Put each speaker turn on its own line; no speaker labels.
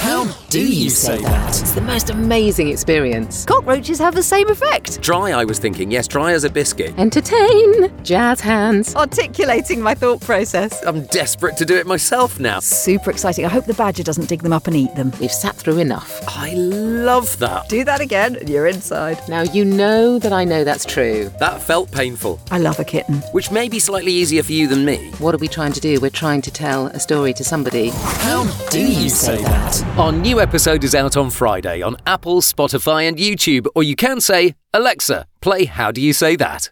How do you say that?
It's the most amazing experience. Cockroaches have the same effect.
Dry, I was thinking. Yes, dry as a biscuit.
Entertain. Jazz hands.
Articulating my thought process.
I'm desperate to do it myself now.
Super exciting. I hope the badger doesn't dig them up and eat them.
We've sat through enough.
I love that.
Do that again, and you're inside.
Now you know that I know that's true.
That felt painful,
I love a kitten.
which may be slightly easier for you than me.
What are we trying to do? We're trying to tell a story to somebody.
How do you say that?
Our new episode is out on Friday on Apple, Spotify, and YouTube, or you can say, Alexa, play How Do You Say That?